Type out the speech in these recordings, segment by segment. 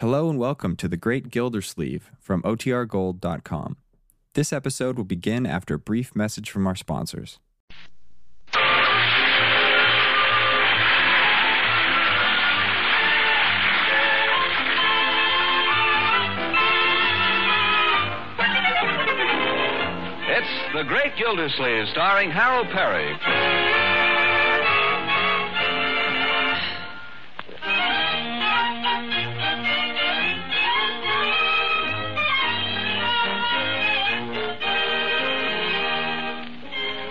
Hello and welcome to The Great Gildersleeve from OTRGold.com. This episode will begin after a brief message from our sponsors. It's The Great Gildersleeve, starring Harold Perry.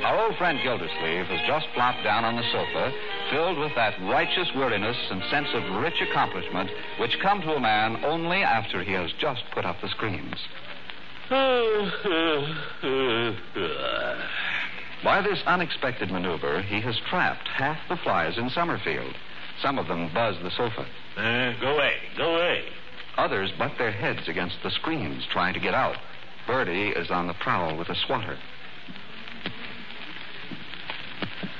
Our old friend Gildersleeve has just flopped down on the sofa, filled with that righteous weariness and sense of rich accomplishment which come to a man only after he has just put up the screams. By this unexpected maneuver, he has trapped half the flies in Summerfield. Some of them buzz the sofa. Uh, go away, go away. Others butt their heads against the screens trying to get out. Birdie is on the prowl with a swatter.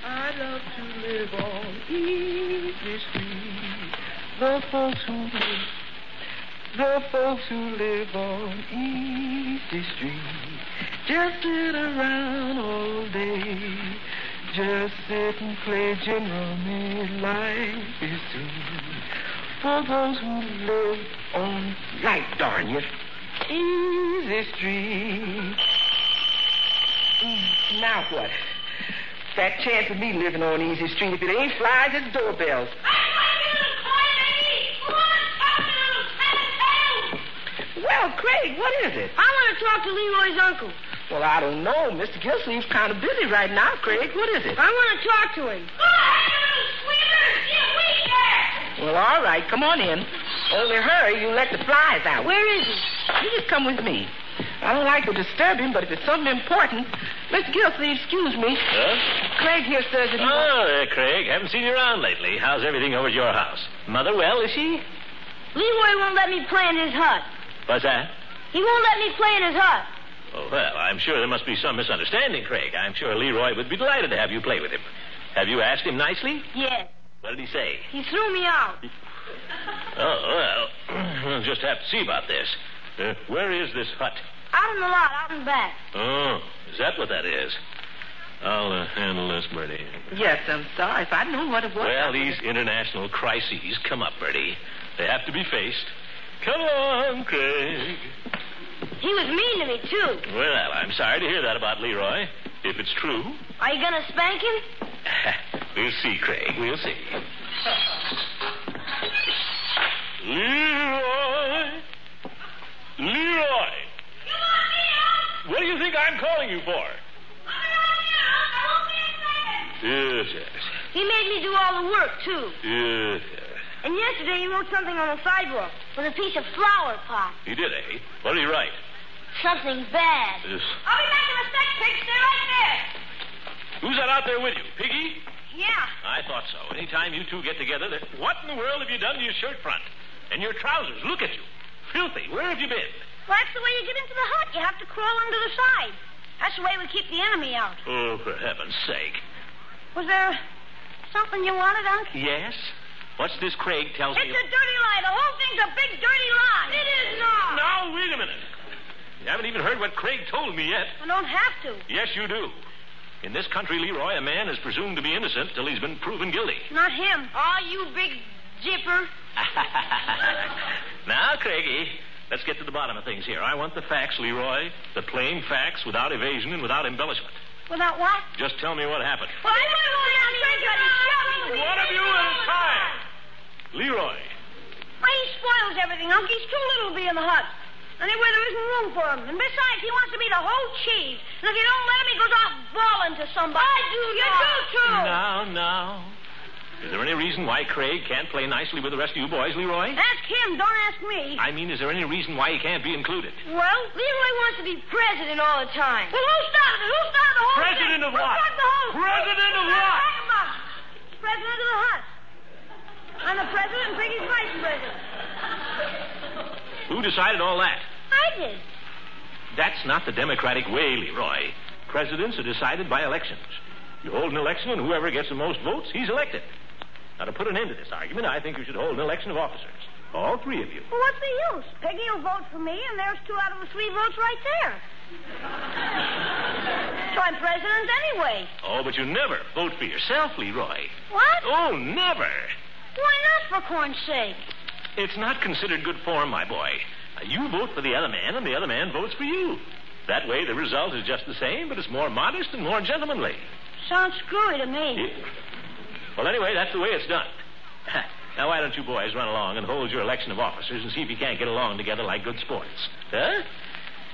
I love to live on easy street. The folks who live, the folks who live on easy street just sit around all day. Just sit and play general me. Life is sweet for those who live on right darn you easy street. Mm, Now what? That chance of me living on Easy Street, if it ain't flies, it's doorbells. Well, Craig, what is it? I want to talk to Leroy's uncle. Well, I don't know. Mr. Gilsleeve's kind of busy right now, Craig. What is it? I want to talk to him. Well, all right. Come on in. Only hurry. You let the flies out. Where is he? You just come with me. I don't like to disturb him, but if it's something important, Mr. Gilsleeve, excuse me. Huh? Craig here says that you... Oh, there, Craig. Haven't seen you around lately. How's everything over at your house? Mother well, is she? Leroy won't let me play in his hut. What's that? He won't let me play in his hut. Oh, well, I'm sure there must be some misunderstanding, Craig. I'm sure Leroy would be delighted to have you play with him. Have you asked him nicely? Yes. What did he say? He threw me out. Oh, well, we'll just have to see about this. Uh, where is this hut? Out in the lot, out in back. Oh, is that what that is? I'll uh, handle this, Bertie. Yes, I'm sorry. If I knew what it was... I Well, would've- these international crises come up, Bertie. They have to be faced. Come on, Craig. He was mean to me, too. Well, I'm sorry to hear that about Leroy. If it's true, Are you going to spank him? we'll see, Craig. We'll see. Leroy! Leroy! What do you think I'm calling you for? Yes, yes. He made me do all the work, too. Yes, yes. And yesterday he wrote something on the sidewalk with a piece of flower pot. He did, eh? What did he write? Something bad. Yes. I'll be back in a sec, Pig. Stay right there. Who's that out there with you? Piggy? Yeah. I thought so. Anytime you two get together, that... what in the world have you done to your shirt front? And your trousers, look at you. Filthy. Where have you been? Well, that's the way you get into the hut. You have to crawl under the side. That's the way we keep the enemy out. Oh, for heaven's sake. Was there something you wanted, Unc? Yes? What's this Craig tells me? dirty lie. The whole thing's a big dirty lie. It is not. Now, wait a minute. You haven't even heard what Craig told me yet. I don't have to. Yes, you do. In this country, Leroy, a man is presumed to be innocent till he's been proven guilty. Not him. Are you big jipper? now, Craigie, let's get to the bottom of things here. I want the facts, Leroy. The plain facts, without evasion and without embellishment. Without what? Just tell me what happened. Well, I want to go down here and shove One of you at a time. Leroy. Why, he spoils everything, Unc. He's too little to be in the hut. Anyway, there isn't room for him. And besides, he wants to be the whole cheese. And if you don't let him, he goes off bawling to somebody. I do You do, too. Now, now. Is there any reason why Craig can't play nicely with the rest of you boys, Leroy? Ask him. Don't ask me. I mean, is there any reason why he can't be included? Well, Leroy wants to be president all the time. Well, who started it? Who started the whole President thing? who of what? started the whole President of What are you what? talking about? President of the Hut. I'm the president and Piggy's vice president. Who decided all that? I did. That's not the democratic way, Leroy. Presidents are decided by elections. You hold an election, and whoever gets the most votes, he's elected. Now, to put an end to this argument, I think you should hold an election of officers. All three of you. Well, what's the use? Peggy will vote for me, and there's two out of the three votes right there. so I'm president anyway. Oh, but you never vote for yourself, Leroy. What? Oh, never. Why not, for corn's sake? It's not considered good form, my boy. Uh, You vote for the other man, and the other man votes for you. That way, the result is just the same, but it's more modest and more gentlemanly. Sounds screwy to me. It- Hmm? Well, anyway, that's the way it's done. now, why don't you boys run along and hold your election of officers and see if you can't get along together like good sports? Huh?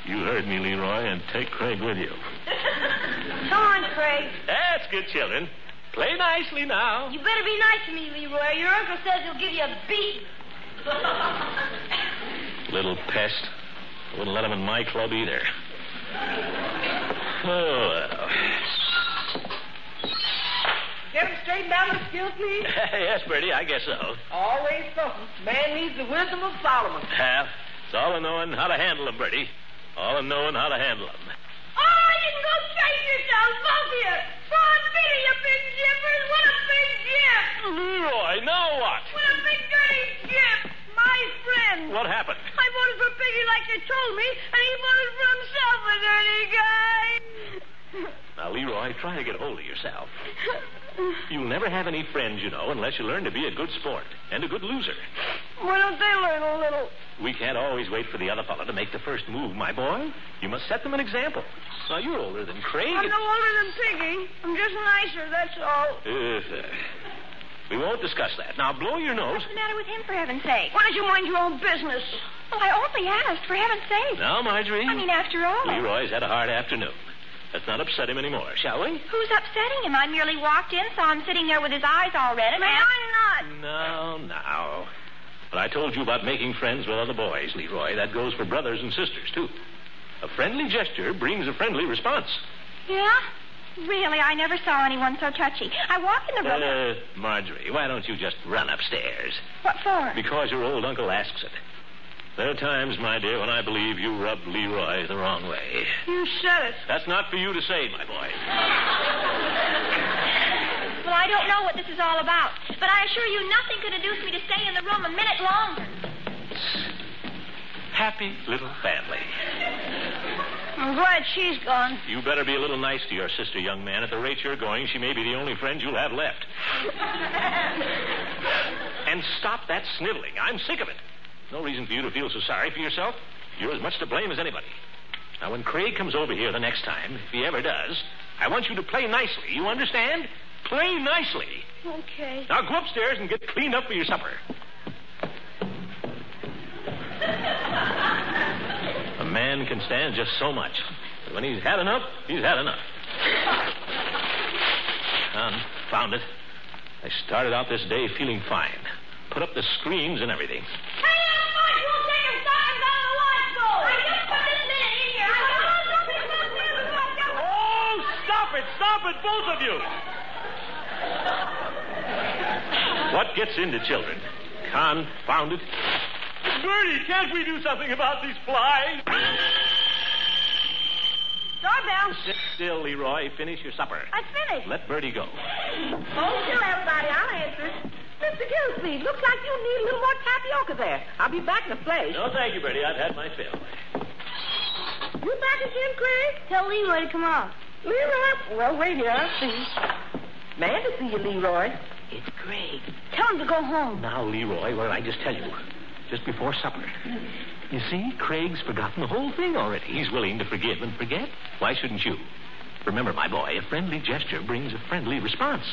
You heard me, Leroy, and take Craig with you. Come on, Craig. That's good, children. Play nicely now. You better be nice to me, Leroy. Your uncle says he'll give you a beat. Little pest. I wouldn't let him in my club either. Oh, well. Get him straightened out with skill, please. yes, Bertie, I guess so. Always something. Man needs the wisdom of Solomon. Half. It's all in knowing how to handle them, Bertie. All in knowing how to handle them. Oh, you can go chase yourselves, both of you. Go on, Peter, you big jippers. What a big jip. Leroy, now what? What a big dirty jip. My friend. What happened? I voted for Piggy like you told me, and he voted for himself, a dirty guy. Now, Leroy, try to get hold of yourself. You'll never have any friends, you know, unless you learn to be a good sport and a good loser. Why don't they learn a little? We can't always wait for the other fellow to make the first move, my boy. You must set them an example. Now, you're older than Craig. I'm no older than Piggy. I'm just nicer, that's all. Uh, we won't discuss that. Now, blow your nose. What's the matter with him, for heaven's sake? Why don't you mind your own business? Well, I only asked, for heaven's sake. Now, Marjorie. I mean, uh, after all. Leroy's had a hard afternoon. Let's not upset him anymore, shall we? Who's upsetting him? I merely walked in, saw him sitting there with his eyes all red, and May I not? No, no. But I told you about making friends with other boys, Leroy. That goes for brothers and sisters, too. A friendly gesture brings a friendly response. Yeah? Really, I never saw anyone so touchy. I walked in the room. Uh, Marjorie, why don't you just run upstairs? what for? Because your old uncle asks it. There are times, my dear, when I believe you rubbed Leroy the wrong way. You said it. That's not for you to say, my boy. Well, I don't know what this is all about, but I assure you nothing could induce me to stay in the room a minute longer. Happy little family. I'm glad she's gone. You better be a little nice to your sister, young man. At the rate you're going, she may be the only friend you'll have left. and stop that sniveling. I'm sick of it. No reason for you to feel so sorry for yourself. You're as much to blame as anybody. Now, when Craig comes over here the next time, if he ever does, I want you to play nicely. You understand? Play nicely. Okay. Now go upstairs and get cleaned up for your supper. A man can stand just so much. But when he's had enough, he's had enough. Confound it. I started out this day feeling fine. Put up the screens and everything. Hey, everybody, you take your stockings out of the washbowl. I just put this minute in here. Oh, stop it, stop it, both of you. What gets into children? Confounded. Bertie, can't we do something about these flies? Doorbell. Sit still, Leroy. Finish your supper. I finished. Let Bertie go. Oh, still, everybody. I'll answer. Mr. Gillespie, looks like you need a little more tapioca there. I'll be back in a flash. No, thank you, Bertie. I've had my fill. You back again, Craig? Tell Leroy to come out. Leroy. Well, wait here. I'll see. Man to see you, Leroy. It's Craig. Tell him to go home. Now, Leroy, what did I just tell you? Just before supper. You see, Craig's forgotten the whole thing already. He's willing to forgive and forget. Why shouldn't you? Remember, my boy, a friendly gesture brings a friendly response.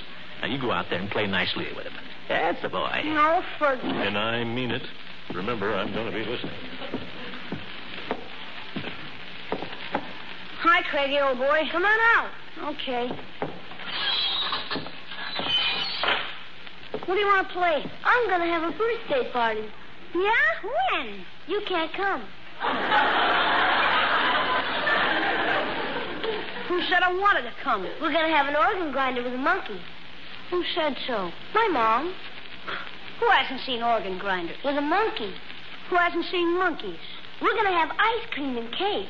Now, you go out there and play nicely with him. That's the boy. No, for... And I mean it. Remember, I'm going to be listening. Hi, Craigie, old boy. Come on out. Okay. What do you want to play? I'm going to have a birthday party. Yeah? When? You can't come. Who said I wanted to come? We're going to have an organ grinder with a monkey. Who said so? My mom. Who hasn't seen organ grinders? With a monkey. Who hasn't seen monkeys? We're going to have ice cream and cake.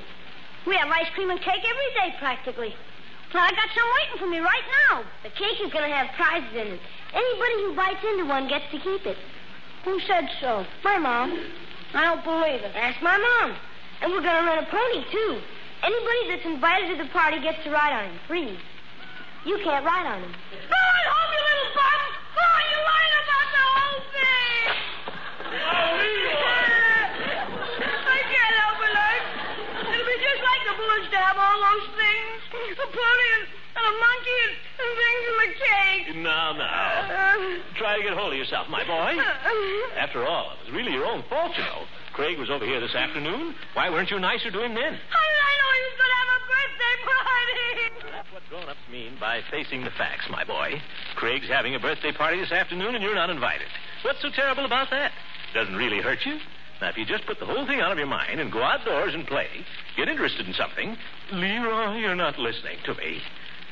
We have ice cream and cake every day, practically. Now, I got some waiting for me right now. The cake is going to have prizes in it. Anybody who bites into one gets to keep it. Who said so? Oh, My mom. I don't believe it. Ask my mom. And we're going to rent a pony, too. Anybody that's invited to the party gets to ride on him, free. You can't ride on him. Oh, I hope you little bum! Oh, you lied about the whole thing! I can't help it, Art. It'll be just like the Blues to have all those things. A pony and, and a monkey and, and things in the cake. Now, now. Try to get hold of yourself, my boy. After all, it was really your own fault, you know. Craig was over here this afternoon. Why weren't you nicer to him then? How did I know he was going to have a birthday party? That's what grown-ups mean by facing the facts, my boy. Craig's having a birthday party this afternoon, and you're not invited. What's so terrible about that? Doesn't really hurt you. Now, if you just put the whole thing out of your mind and go outdoors and play, get interested in something, Leroy, you're not listening to me.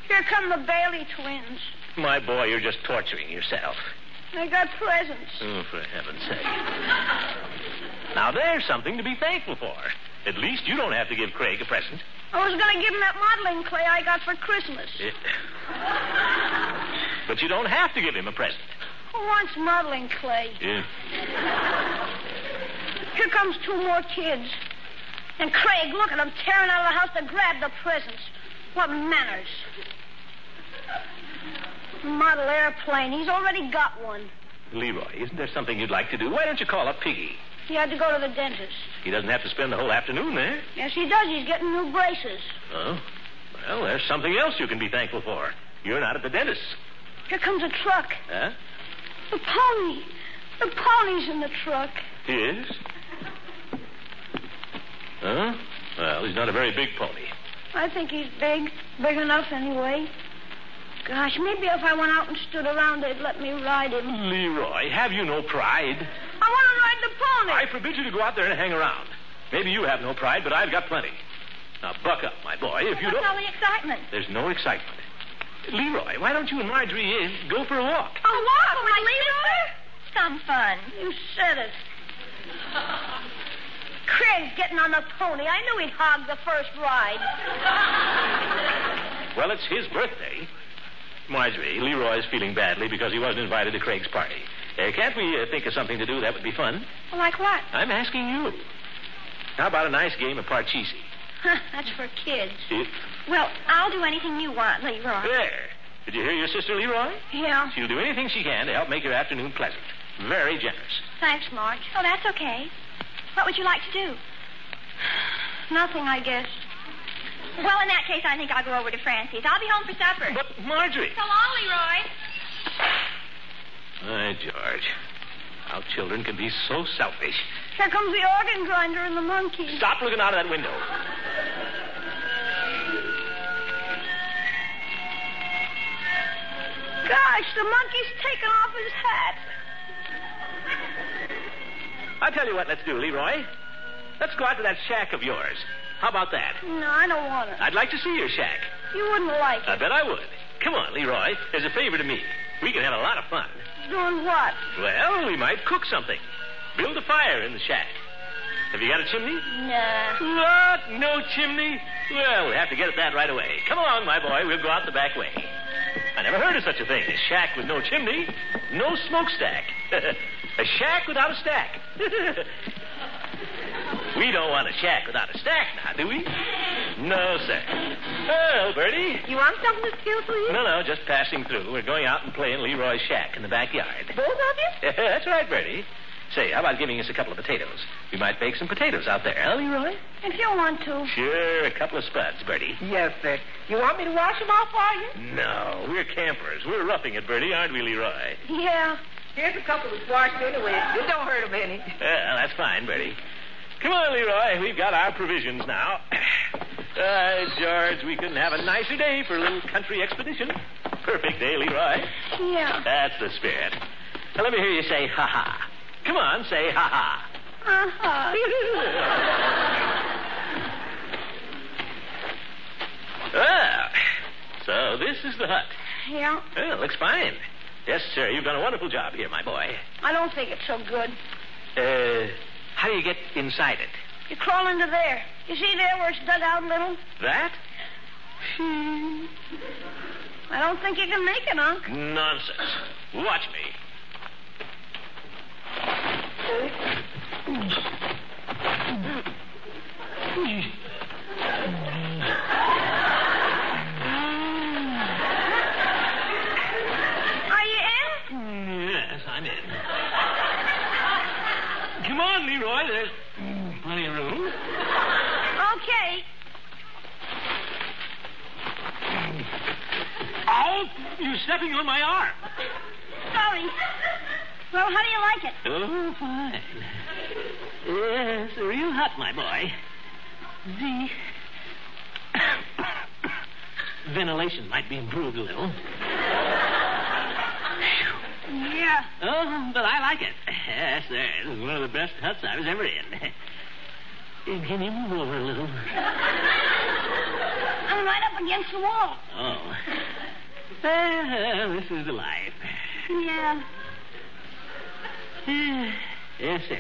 Here come the Bailey twins. My boy, you're just torturing yourself. They got presents. Oh, for heaven's sake. Now, there's something to be thankful for. At least you don't have to give Craig a present. I was going to give him that modeling clay I got for Christmas. Eh. But you don't have to give him a present. Who wants modeling clay? Yeah. Here comes two more kids. And Craig, look at them tearing out of the house to grab the presents. What manners. Model airplane. He's already got one. Leroy, isn't there something you'd like to do? Why don't you call up Piggy? He had to go to the dentist. He doesn't have to spend the whole afternoon there. Yes, he does. He's getting new braces. Oh? Well, there's something else you can be thankful for. You're not at the dentist's. Here comes a truck. Huh? The pony. The pony's in the truck. Yes? Huh? Well, he's not a very big pony. I think he's big. Big enough, anyway. Gosh, maybe if I went out and stood around, they'd let me ride him. Leroy, have you no pride? I want to ride the pony. I forbid you to go out there and hang around. Maybe you have no pride, but I've got plenty. Now, buck up, my boy. If you What's all don't. the excitement? There's no excitement. Leroy, why don't you and Marjorie eh, go for a walk? A walk with Leroy? Some fun. You said it. Craig's getting on the pony. I knew he'd hog the first ride. Well, it's his birthday. Marjorie, Leroy's feeling badly because he wasn't invited to Craig's party. Eh, can't we uh, think of something to do that would be fun? Like what? I'm asking you. How about a nice game of parcheesi? That's for kids. If Well, I'll do anything you want, Leroy. there. Did you hear your sister, Leroy? Yeah. She'll do anything she can to help make your afternoon pleasant. Very generous. Thanks, Marge. Oh, that's okay. What would you like to do? Nothing, I guess. Well, in that case, I think I'll go over to Francie's. I'll be home for supper. But Marjorie. So long, Leroy. My George. How children can be so selfish. Here comes the organ grinder and the monkey. Stop looking out of that window. Gosh, the monkey's taken off his hat. I'll tell you what let's do, Leroy. Let's go out to that shack of yours. How about that? No, I don't want it. I'd like to see your shack. You wouldn't like I it. bet I would. Come on, Leroy. As a favor to me. We can have a lot of fun. Doing what? Well, we might cook something. Build a fire in the shack. Have you got a chimney? Nah. What? No chimney? Well, we have to get at that right away. Come along, my boy. We'll go out the back way. I never heard of such a thing. A shack with no chimney, no smokestack. a shack without a stack. we don't want a shack without a stack now, do we? No, sir. Well, Bertie. You want something to steal for you? No, no, just passing through. We're going out and playing Leroy's shack in the backyard. Both of you? That's right, Bertie. Say, how about giving us a couple of potatoes? We might bake some potatoes out there, huh, Leroy? If you want to. Sure, a couple of spuds, Bertie. Yes, sir. You want me to wash them off for you? No, we're campers. We're roughing it, Bertie, aren't we, Leroy? Yeah. Here's a couple that's washed anyway. It don't hurt 'em any. Well, that's fine, Bertie. Come on, Leroy. We've got our provisions now. Uh, George, we couldn't have a nicer day for a little country expedition. Perfect day, Leroy. Yeah. That's the spirit. Now, let me hear you say ha ha. Come on, say ha ha. Uh-huh. Ah, so this is the hut. Yeah. Well, looks fine. Yes, sir. You've done a wonderful job here, my boy. I don't think it's so good. Uh, how do you get inside it? You crawl into there. You see there where it's dug out a little? That? Hmm. I don't think you can make it, Unc. Nonsense. Watch me. Are you in? Mm, Yes, I'm in. Come on, Leroy. There's mm, plenty of room. Okay. Ow! Oh, You're stepping on my arm. Sorry. Well, how do you like it? Oh, fine. Yes, real hot, my boy. The ventilation might be improved a little. Yeah. Oh, but I like it. Yes, sir. This is one of the best huts I was ever in. Can you move over a little? I'm right up against the wall. Oh. Ah, this is the life. Yeah. Ah, Yes, sir.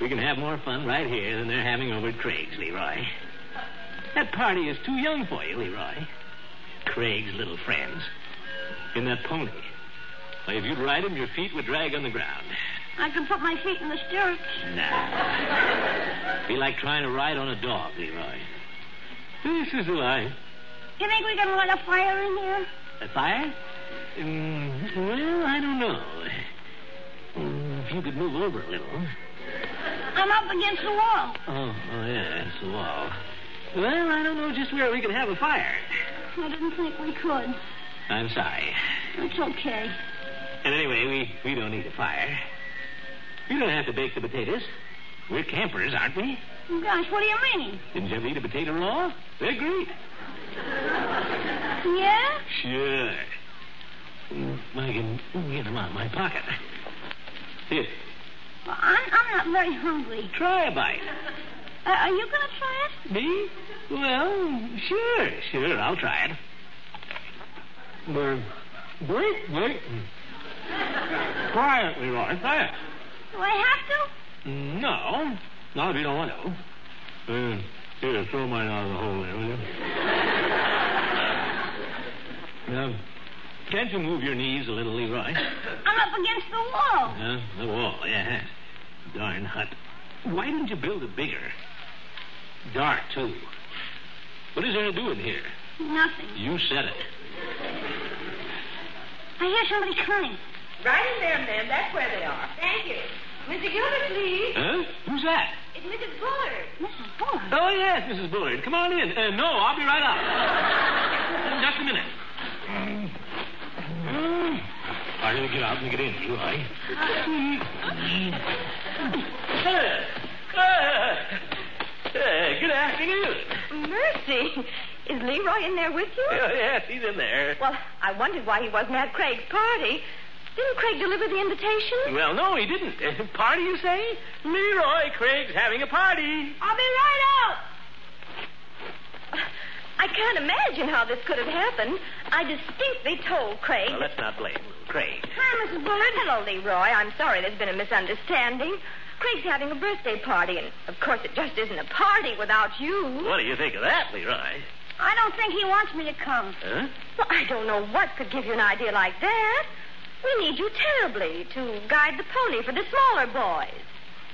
We can have more fun right here than they're having over at Craig's, Leroy. That party is too young for you, Leroy. Craig's little friends. In that pony. Why, if you'd ride him, your feet would drag on the ground. I can put my feet in the stirrups. No. Be like trying to ride on a dog, Leroy. This is the life. You think we can light a fire in here? A fire? Mm, well, I don't know. Mm, If you could move over a little. I'm up against the wall. Oh, oh yeah, that's the wall. Well, I don't know just where we can have a fire. I didn't think we could. I'm sorry. It's okay. And anyway, we, we don't need a fire. You don't have to bake the potatoes. We're campers, aren't we? Oh, Gosh, what do you mean? Didn't you ever eat a potato raw? They're great. Yeah? Sure. Mm, I can get them out of my pocket. Here, Well, I'm, I'm not very hungry. try a bite. Uh, are you going to try it? Me? Well, sure, sure, I'll try it. Well, wait, wait. Try it, Leroy, try it. Do I have to? No, not if you don't want to. Uh, here, throw mine out of the hole there, will you? Now, can't you move your knees a little, Leroy? I'm up against the wall. Yeah, the wall, yeah. Darn hut. Why didn't you build it bigger? Dark, too. What is there to do in here? Nothing. You said it. I hear somebody coming. Right in there, ma'am. That's where they are. Thank you. Mr. Gilbert, please. Huh? Who's that? It's Mrs. Bullard. Mrs. Bullard? Oh, yes, Mrs. Bullard. Come on in. Uh, no, I'll be right up. Just a minute. I gotta get out and get in, do I? good afternoon. Mercy. Is Leroy in there with you? Yeah, yes, he's in there. Well, I wondered why he wasn't at Craig's party. Didn't Craig deliver the invitation? Well, no, he didn't. party, you say? Leroy Craig's having a party. I'll be right out. I can't imagine how this could have happened. I distinctly told Craig. Well, let's not blame Craig. Hi, Mrs. Bullard. Hello, Leroy. I'm sorry there's been a misunderstanding. Craig's having a birthday party, and of course it just isn't a party without you. What do you think of that, Leroy? I don't think he wants me to come. Huh? Well, I don't know what could give you an idea like that. We need you terribly to guide the pony for the smaller boys.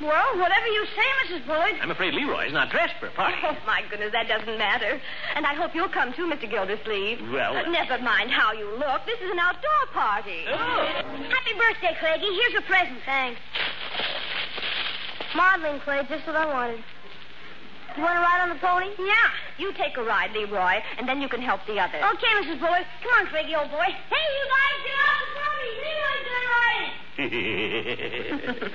Well, whatever you say, Mrs. Bullard. I'm afraid Leroy's not dressed for a party. Oh, my goodness, that doesn't matter. And I hope you'll come too, Mr. Gildersleeve. Well, Uh, uh, never mind how you look. This is an outdoor party. Oh. Happy birthday, Craigie. Here's your present. Thanks. Modeling clay, just what I wanted. You want to ride on the pony? Yeah. You take a ride, Leroy, and then you can help the others. Okay, Mrs. Bullard. Come on, Craigie, old boy. Hey, you guys, get off the pony. Leroy's going riding.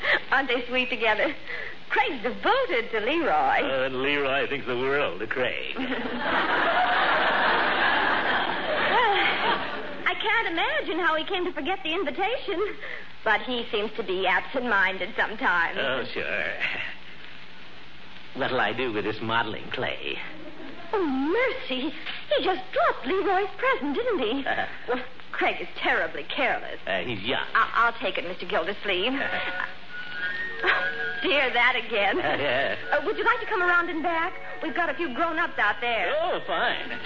Aren't they sweet together? Craig's devoted to Leroy. and Uh, Leroy thinks the world of Craig. I can't imagine how he came to forget the invitation. But he seems to be absent-minded sometimes. Oh, sure. What'll I do with this modeling clay? Oh, mercy. He just dropped Leroy's present, didn't he? Uh-huh. Well, Craig is terribly careless. Uh, he's young. I- I'll take it, Mr. Gildersleeve. Uh-huh. Oh, dear, that again. Uh-huh. Uh, would you like to come around and back? We've got a Uh. few grown-ups out there. Oh, fine.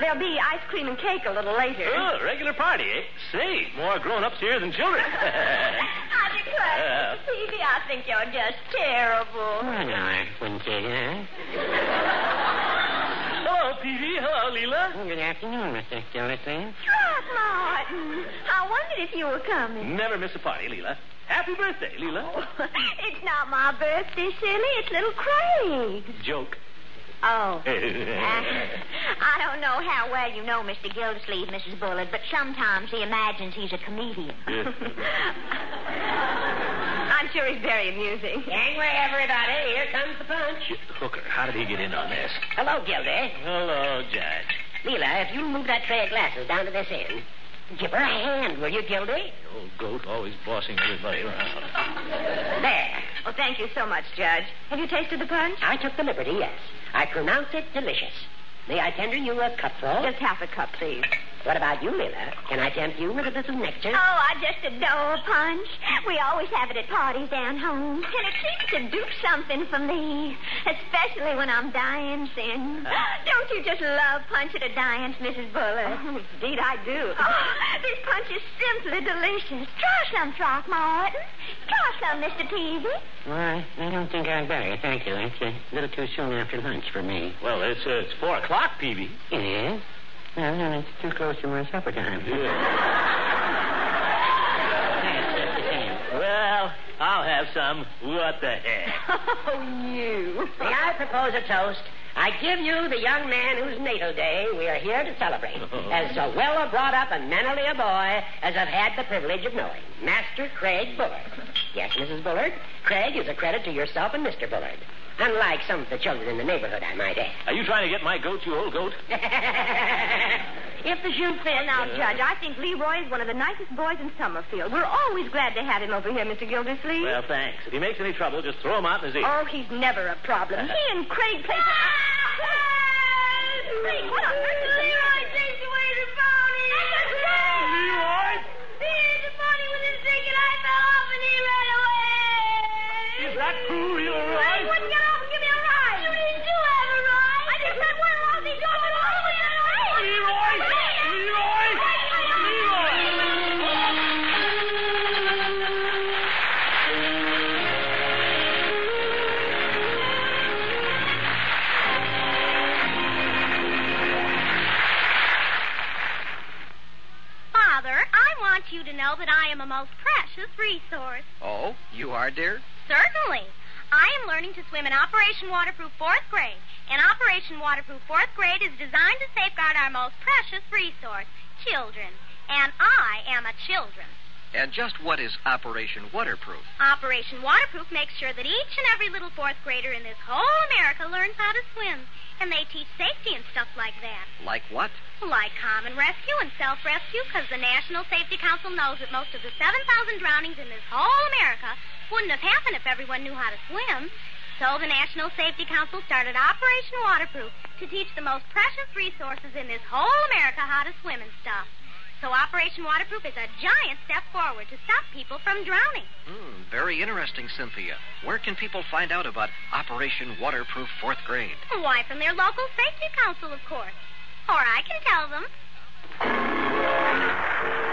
There'll be ice cream and cake a little later. Oh, regular party, eh? Say, more grown-ups here than children. I declare, Mr. Peavy, I think you're just terrible. Why not, wouldn't you, huh? Hello, Peavy. Hello, Leela. Good afternoon, Mr. Gildersleeve. Throckmorton, I wondered if you were coming. Never miss a party, Leela. Happy birthday, Leela. it's not my birthday, silly. It's little Craig's. Joke. Oh. I don't know how well you know Mr. Gildersleeve, Mrs. Bullard, but sometimes he imagines he's a comedian. I'm sure he's very amusing. Gangway, everybody. Here comes the punch. Hooker, how did he get in on this? Hello, Gildy. Hello, Judge. Leela, if you'll move that tray of glasses down to this end. Give her a hand, will you, Gildy? Old goat always bossing everybody around. There. Well, thank you so much, Judge. Have you tasted the punch? I took the liberty, yes. I pronounce it delicious. May I tender you a cupful? Just half a cup, please. What about you, Leela? Can I tempt you with a little nectar? Oh, Uh, I just adore punch. We always have it at parties down home. And it seems to do something for me, especially when I'm dancing. Uh. Don't you just love punch at a dance, Mrs. Bullard? Oh, indeed, I do. Oh, this punch is simply delicious. Try some, Throckmorton. Try some, Mr. Peavy. Why, I don't think I'd better, thank you. It's a little too soon after lunch for me. Well, it's, uh, it's four o'clock, Peavy. It is? Well, no, it's too close to my supper time. Well, I'll have some. What the heck? Oh, you. May I propose a toast? I give you the young man whose natal day we are here to celebrate, as so well a brought up and mentally a boy as I've had the privilege of knowing, Master Craig Bullard. Yes, Mrs. Bullard, Craig is a credit to yourself and Mr. Bullard. Unlike some of the children in the neighborhood, I might add. Are you trying to get my goat, you old goat? if the shoe Well, fits. now, Judge, I think Leroy is one of the nicest boys in Summerfield. We're always glad to have him over here, Mr. Gildersleeve. Well, thanks. If he makes any trouble, just throw him out in his ear. Oh, he's never a problem. He and Craig play. Craig, what on earth is Leroy takes away the pony. Leroy? He hit the pony with his stick and I fell off and he ran away. Is that cool, Leroy? Craig wouldn't get off and give me a ride. You need to have a ride. I just said, where was he going? All the way down the road. Leroy! Leroy! Leroy! Father, I want you to know that I am a most precious resource. Oh, you are, dear? Certainly. I am learning to swim in Operation Waterproof fourth grade. And Operation Waterproof fourth grade is designed to safeguard our most precious resource, children. And I am a children. And just what is Operation Waterproof? Operation Waterproof makes sure that each and every little fourth grader in this whole America learns how to swim. And they teach safety and stuff like that. Like what? Like common rescue and self rescue, because the National Safety Council knows that most of the 7,000 drownings in this whole America wouldn't have happened if everyone knew how to swim. So the National Safety Council started Operation Waterproof to teach the most precious resources in this whole America how to swim and stuff. So Operation Waterproof is a giant step forward to stop people from drowning. Hmm, very interesting, Cynthia. Where can people find out about Operation Waterproof fourth grade? Why, from their local safety council, of course. Or I can tell them.